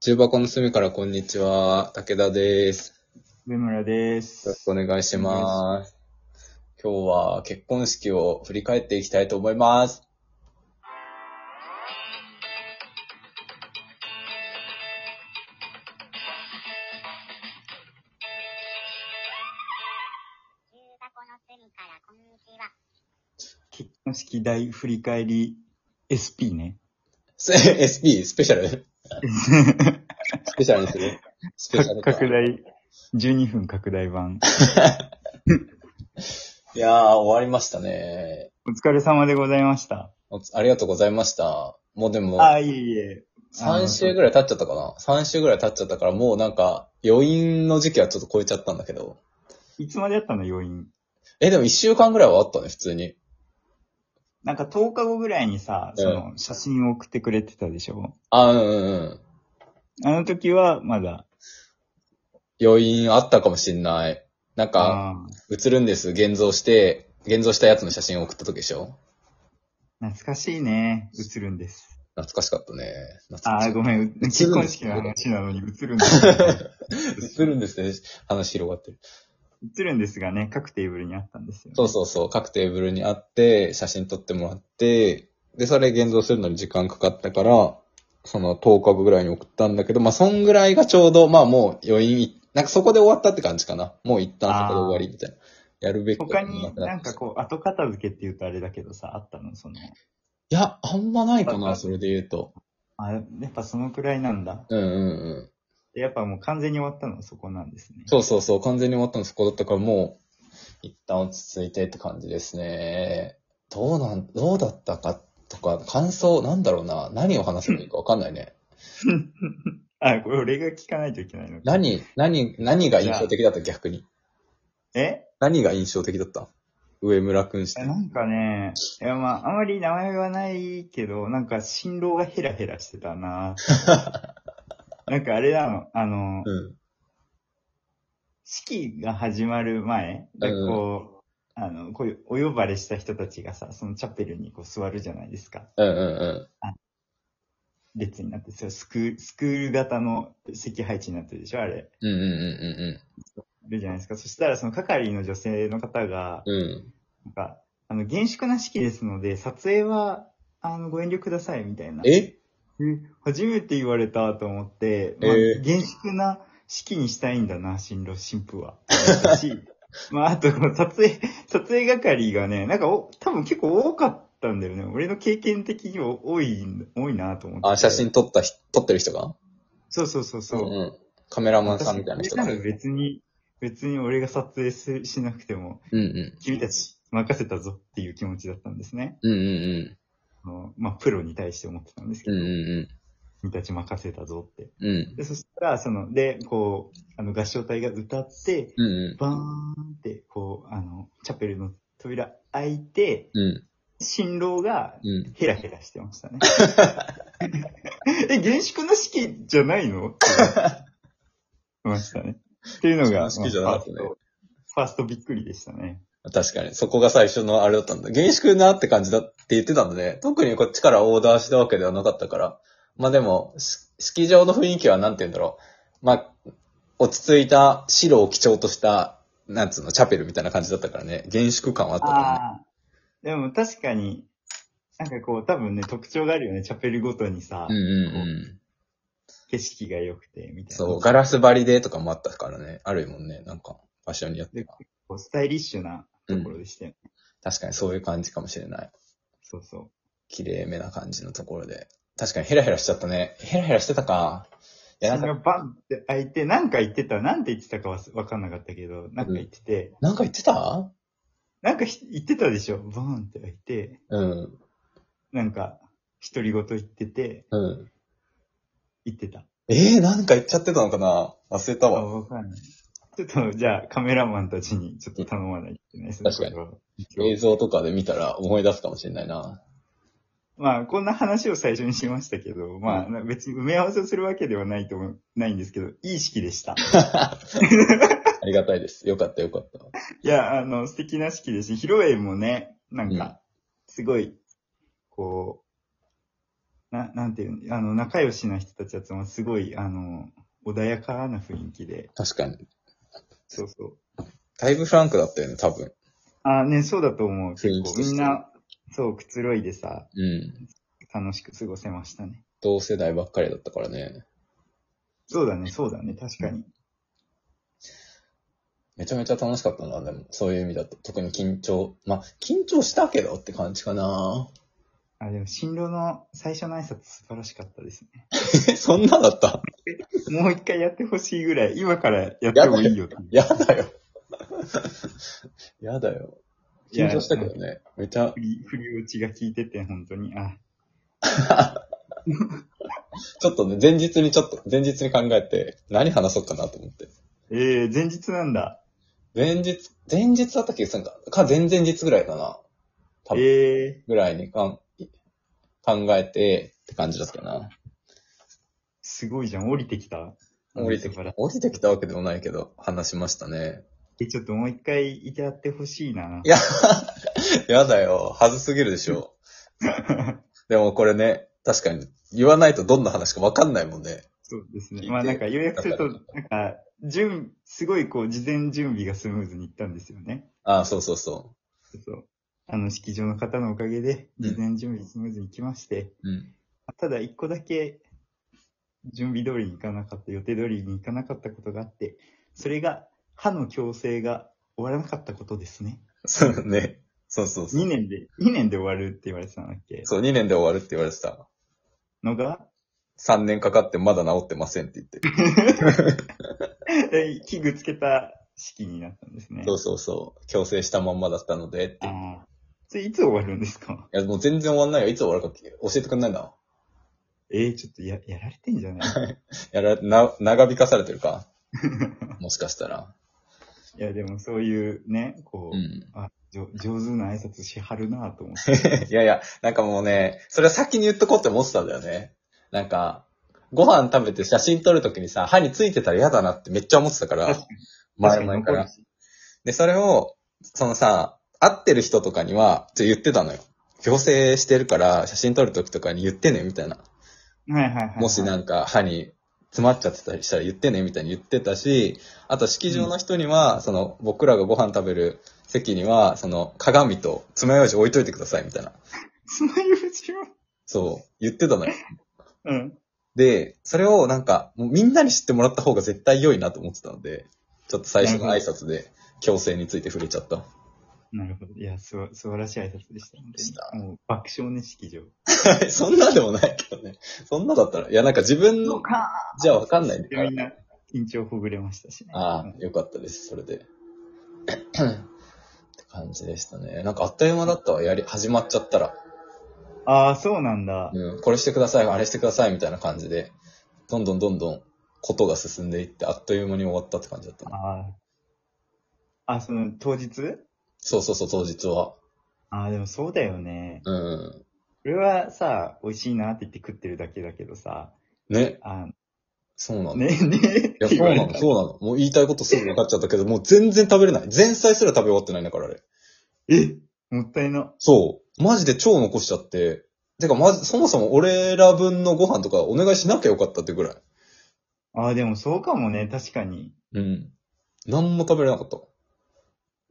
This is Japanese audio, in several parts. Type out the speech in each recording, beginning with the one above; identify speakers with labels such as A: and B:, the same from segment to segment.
A: 中箱の隅からこんにちは。武田です。
B: 上村で
A: よろし
B: す。
A: くお願いします。今日は結婚式を振り返っていきたいと思います。
C: 中箱の隅からこんにちは。
B: 結婚式大振り返り SP ね。
A: す SP、スペシャルスペシャルにするスペシャルか。
B: 拡大、12分拡大版。
A: いやー、終わりましたね。
B: お疲れ様でございました。
A: おつありがとうございました。もうでも、
B: あ、いえいえ。
A: 3週ぐらい経っちゃったかな ?3 週ぐらい経っちゃったから、もうなんか、余韻の時期はちょっと超えちゃったんだけど。
B: いつまでやったの要因。
A: え、でも1週間ぐらいはあったね、普通に。
B: なんか10日後ぐらいにさ、その写真を送ってくれてたでしょ
A: あ、うんうんうん。
B: あの時はまだ。
A: 余韻あったかもしんない。なんか、
B: あ
A: 映るんです、現像して、現像したやつの写真を送った時でしょ
B: ー懐かしいね。映るんです。
A: 懐かしかったね。懐か
B: あ
A: し
B: ー
A: い
B: ごめん。
A: です
B: 結婚式の話なのに映るんです。
A: 映るんですね。話広がってる。
B: 映るんですがね、各テーブルにあったんですよ、
A: そうそうそう。各テーブルにあって、写真撮ってもらって、で、それ現像するのに時間かかったから、その10日後ぐらいに送ったんだけど、まあ、そんぐらいがちょうど、まあもう余韻い、なんかそこで終わったって感じかな。もう一旦そこで終わりみたいな。やるべきこと
B: 他
A: も
B: に
A: くっ
B: なんかこう、後片付けって言うとあれだけどさ、あったのその、
A: いや、あんまないかな、それで言うと。
B: あ、やっぱそのくらいなんだ。
A: うんうんうん。
B: でやっぱもう完全に終わったのはそこなんですね。
A: そうそうそう、完全に終わったのそこだったからもう、一旦落ち着いてって感じですね。どうなん、どうだったかとか、感想、なんだろうな、何を話せばいいかわかんないね。
B: あ、これ俺が聞かないといけないのか。
A: 何、何、何が印象的だった逆に。
B: え
A: 何が印象的だった上村くんして。
B: なんかね、いやまあ、あまり名前はないけど、なんか新郎がヘラヘラして たななんかあれなの、あの、
A: うん。
B: 式が始まる前、で
A: うん
B: こう、あの、こういうお呼ばれした人たちがさ、そのチャペルにこう座るじゃないですか。
A: うんうん
B: 列になって、それスクール、スクール型の席配置になってるでしょあれ。
A: うん。うんう
B: いるじゃないですか。そしたら、その係の女性の方が
A: んうん、うんうん。うん。
B: なんか、あの、厳粛な式ですので、撮影は、あの、ご遠慮ください、みたいな。
A: え
B: え初めて言われたと思って、まあ
A: えー
B: 厳粛な式にしたいんだな、新郎、新婦は。だし、 まあ、あと、この撮影、撮影係がね、なんかお、多分結構多かったんだよね。俺の経験的にも多い、多いなと思って。
A: あ、写真撮った人、撮ってる人が
B: そうそうそうそう。
A: ん。カメラマンさんみたいな人が。
B: 私
A: う
B: なん
A: ん
B: か別に、別に俺が撮影すしなくても、
A: うん。
B: 君たち任せたぞっていう気持ちだったんですね。
A: うんうん
B: あのまあ、プロに対して思ってたんですけ
A: うん。うん
B: ど、
A: う
B: 君たち任せたぞって。
A: んうん。うん。
B: で、そしたら、その、で、こう、あの、合唱隊が歌って、
A: うんう
B: バーンって、こう、あの、チャペルの扉開いて、
A: ん。うん。
B: 新郎が
A: うん。
B: ヘラヘラしてました ね。え、厳粛な式じゃないのって思いましたね。っていうのが、
A: 厳粛じゃなかったね
B: まあファーストファーストびっくりでしたね。
A: 確かに、そこが最初のあれだったんだ。厳粛なって感じだって言ってたので、特にこっちからオーダーしたわけではなかったから。まあでも、し式場の雰囲気はなんて言うんだろう。まあ、落ち着いた白を基調とした、なんつうの、チャペルみたいな感じだったからね。厳粛感はあったからね。
B: ああ。でも確かに、なんかこう、多分ね、特徴があるよね。チャペルごとにさ、
A: うんうんうん。
B: 景色が良くて、みたいな。
A: そう、ガラス張りでとかもあったからね。あるもんね、なんか、場所によっては。
B: こうスタイリッシュなところでしたよね。
A: 確かにそういう感じかもしれない。
B: そうそう。
A: 綺麗めな感じのところで。確かにヘラヘラしちゃったね。ヘラヘラしてたか。いや、
B: そ
A: なん
B: れ
A: か、
B: がバンって開いて、なんか言ってた、なんて言ってたかはわかんなかったけど、なんか言ってて、
A: なんか言ってた
B: なんかひ言ってたでしょバーンって開いて、
A: うん。
B: なんか、独り言言ってて、
A: うん。
B: 言ってた。
A: ええー、なんか言っちゃってたのかな忘れた
B: あ、
A: わ。
B: わかんない。ちょっと、じゃあ、カメラマンたちにちょっと頼まないといけないですね。
A: 確かに
B: これは
A: 映像とかで見たら思い出すかもしれないな。
B: まあ、こんな話を最初にしましたけど、まあ、な別に埋め合わせをするわけではないと思う、ないんですけど、いい式でした。
A: ありがたいです。よかったよかった。
B: いや、あの、素敵な式ですし、披露宴もね、なん
A: うん
B: か、すごい、こな、なんていうの、あの、仲良しな人たちはつまりすごい、あの、穏やかな雰囲気で、
A: 確かに。
B: そうそう。
A: だいぶフランクだったよね、多分。
B: ああ、ね、そうだと思う。結
A: 雰囲気
B: 構
A: として
B: みんな、そう、くつろいでさ、
A: うん。
B: 楽しく過ごせましたね。
A: 同世代ばっかりだったからね。
B: そうだね、そうだね、確かに。
A: めちゃめちゃ楽しかったな、でも。そういう意味だと。特に緊張。まあ、緊張したけどって感じかな。
B: あ、でも、新郎の最初の挨拶素晴らしかったですね。
A: え、そんなだった
B: もう一回やってほしいぐらい、今からやってもいいよって。
A: やだよ。やだよ。
B: いや
A: 緊張したけどね。めちゃ
B: 振、り、振り落ちが効いてて、本当に。あ、
A: ちょっとね、前日にちょっと、前日に考えて、何話そうかなと思って。
B: ええ前日なんだ。
A: 前日、前日だった気がするんか。か、前々日ぐらいかな。多分、
B: ええ
A: ぐらいにかん考えて、って感じだったな。
B: すごいじゃん、降りてきた。
A: 降りてき
B: た
A: た。。降りてきたわけでもないけど、話しましたね。
B: え、ちょっともう一回いてやってほしいな。
A: いや、 やだよ。はずすぎるでし ょ。でもこれね、確かに言わないとどんな話かわかんないもんね。
B: そうです
A: 聞い
B: ね。
A: て
B: まあなんか予約すると、
A: だ
B: なんか、準、すごいこう、事前準備がスムーズにいったんですよね。
A: ああ、そうそうそ
B: そう。あの、式場の方のおかげで、
A: うん
B: 事前準備スムーズに来まして、
A: う。うん。
B: ただ一個だけ、準備通りに行かなかった、予定通りに行かなかったことがあって、それが、歯の矯正が終わらなかったことですね。
A: そうね。そうそうそう。
B: 2年で、2年で終わるって言われてたんだっけ
A: そう、2年で終わるって言われてた。
B: のが、
A: 3年かかってまだ治ってませんって言って。
B: え器具つけた式になったんですね。
A: そうそうそう。強制したまんまだったのでって。い
B: ああ。それいつ終わるんですか
A: や、もう全然終わんないよ。いつ終わるか教えてくんないな。
B: えー、ちょっとや、やられてんじゃない
A: やら、な、長引かされてるか。もしかしたら。
B: いや、でもそういうね、こ
A: う
B: う、
A: ん。
B: あじょ上手な挨拶しはるなと思って。
A: いやいや、なんかもうね、それは先に言っとこうって思ってたんだよね。なんか、ご飯食べて写真撮るときにさ、歯についてたら嫌だなってめっちゃ思ってたから
B: 確か、
A: 前々から。
B: 確
A: で、それを、そのさ、会ってる人とかには、ちょ言ってたのよ。矯正してるから、写真撮るときとかに言ってね、みたいな。
B: にはいはいはいはい。
A: もしなんか歯に詰まっちゃってたりしたら言ってね、みたいに言ってたし、あと式場の人には、その、僕らがご飯食べる席には、その、鏡と爪楊枝置いといてください、みたいな。
B: つまようじを。
A: そう、言ってたのよ。
B: うん。
A: で、それをなんか、もうみんなに知ってもらった方が絶対良いなと思ってたので、ちょっと最初の挨拶で、強制について触れちゃった。
B: なるほど。いや、すば、素晴らしい挨拶でした。本当に
A: した
B: もう爆笑ね、式場。
A: そんなでもないけどね。そんなだったら、いやなんか自分の、
B: か
A: じゃわかんない
B: で、みんな、緊張ほぐれましたしね。
A: ああ、よかったです、それで。って感じでしたね。なんかあっという間だったわ、やり、始まっちゃったら。
B: ああ、そうなんだ。
A: うん、これしてください、あれしてください、みたいな感じで、どんどんどんどん、ことが進んでいって、あっという間に終わったって感じだったな。
B: ああ。あ、その、当日
A: そうそうそう、当日は。
B: ああ、でもそうだよね。
A: うん。
B: 俺はさ、美味しいなって言って食ってるだけだけどさ、
A: ね、
B: あ
A: そうなの。
B: ねえねえっ
A: いや、
B: て
A: そう
B: 言わ
A: な
B: れ
A: の、
B: た。
A: そうなの。もう言いたいことすぐ分かっちゃったけど、もう全然食べれない。前菜すら食べ終わってないんだから、あれ。
B: えもったいな。
A: そう。マジで超残しちゃって。てか、まず、そもそも俺ら分のご飯とかお願いしなきゃよかったってぐらい。
B: ああ、でもそうかもね、確かに。
A: うん。何も食べれなかった。
B: だ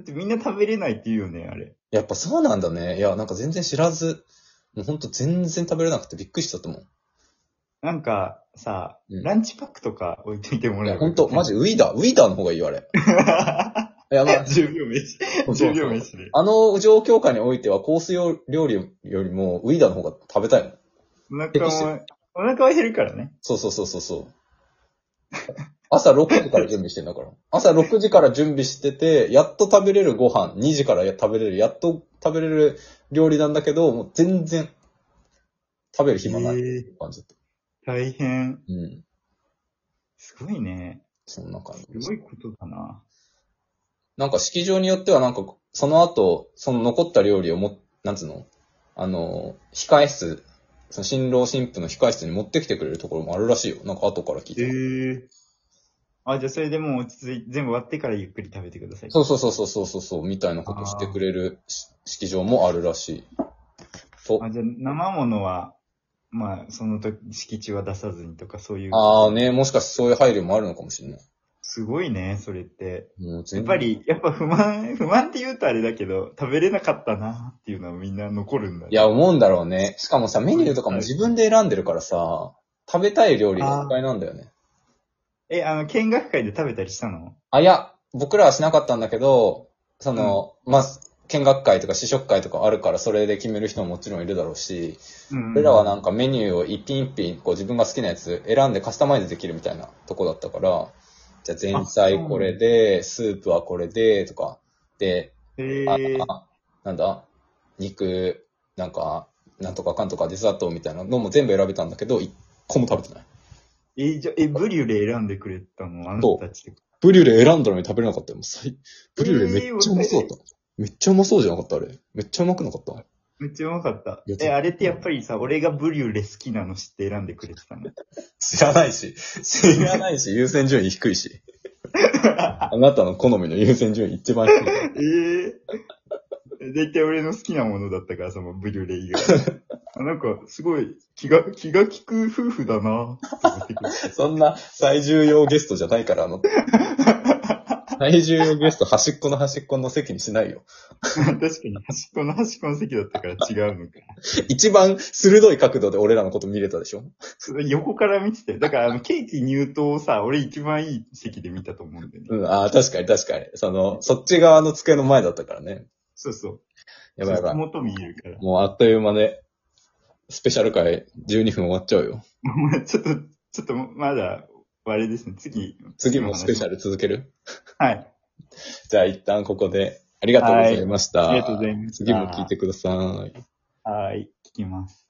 B: ってみんな食べれないって言うよね、あれ。
A: やっぱそうなんだね。いや、なんか全然知らず、もうほんと全然食べれなくてびっくりしちゃったも
B: なんかさ、
A: うん
B: ランチパックとか置いといても
A: ん。いや、
B: らえば。
A: ほんと、マジウィーダー、ウィーダーの方がいい よ、あれ。いや、まあ、
B: 10秒飯。
A: そうそう
B: 10秒飯で。
A: あの状況下においては、コース料理よりも、ウィーダーの方が食べたいもん。
B: お腹も、お腹は減るからね。
A: そうそうそうそうそう。朝6時から準備してんだから。朝6時から準備してて、やっと食べれるご飯、2時から食べれる、やっと食べれる料理なんだけど、もう全然食べる暇ない
B: え
A: 感じだった。
B: ー大変。
A: うん。
B: すごいね。
A: そんな感じ。
B: すごいことだな。
A: なんか式場によってはなんか、その後、その残った料理をも、なんつうのあの、控室、その新郎新婦の控室に持ってきてくれるところもあるらしいよ。なんか後から聞い
B: ええ
A: て。
B: あ、じゃあそれでもう落ち着いて、全部割ってからゆっくり食べてください。
A: そうそうそうそうそうそうそう、みたいなことしてくれるし式場もあるらしい。と、
B: あ、じゃあ生ものは、まあ、その時、敷地は出さずにとか、そういう。
A: ああね、もしかしてそういう配慮もあるのかもしれない。
B: すごいね、それって。
A: もう全然
B: やっぱ。り、やっぱ不満、不満って言うとあれだけど、食べれなかったなっていうのはみんな残るんだね。
A: いや、思うんだろうね。しかもさ、メニューとかも自分で選んでるからさ、食べたい料理がいっぱいなんだよね。
B: え、あの、見学会で食べたりしたの
A: あ、いや、僕らはしなかったんだけど、その、まあ、見学会とか試食会とかあるから、それで決める人ももちろんいるだろうし、
B: うん。
A: 俺らはなんかメニューを一品一品、こう自分が好きなやつ選んでカスタマイズできるみたいなとこだったから、じゃあ前菜これで、スープはこれで、とか、で、
B: へ
A: あ
B: え。
A: なんだ肉、なんか、なんとかかんとかデザートみたいなのも全部選べたんだけど、一個も食べてない。
B: え、じゃ、え、ブリュレ選んでくれたのあなたたちって。
A: ブリュレ選んだのに食べれなかったよ。もう最ブリュレめっちゃうまそうだった。めっちゃうまそうじゃなかったあれ。めっちゃうまくなかった。
B: めっちゃうまかった
A: いや。ちょ
B: え、あれってやっぱりさ、俺がブリュレ好きなの知って選んでくれてたの。
A: 知らないし、知らないし、優先順位低いし。あなたの好みの優先順位一番低いから。
B: ええだいたい俺の好きなものだったから、そのブリュレ以 外。あなんか、すごい、気が、気が利く夫婦だなって思ってくる
A: そんな最重要ゲストじゃないから、あの。最重要ゲスト端っこの端っこの席にしないよ。
B: 確かに、端っこの端っこの席だったから違うのか。
A: 一番鋭い角度で俺らのこと見れたでしょ
B: それ横から見てて。だから、あの、ケーキ入刀をさ、俺一番いい席で見たと思うんだよね。
A: うん、ああ、確かに確かに。その、そっち側の机の前だったからね。
B: そうそう。
A: やばいやばい。
B: 元見えるから。
A: もうあっという間で、スペシャル回12分終わっちゃうよ。
B: まあ ちょっと、ちょっと、まだ、あれですね。次。
A: 次もスペシャル続ける
B: はい。
A: じゃあ一旦ここで、ありがとうございました。
B: ありがとうございました
A: 次も聞いてください。
B: はい。聞きます。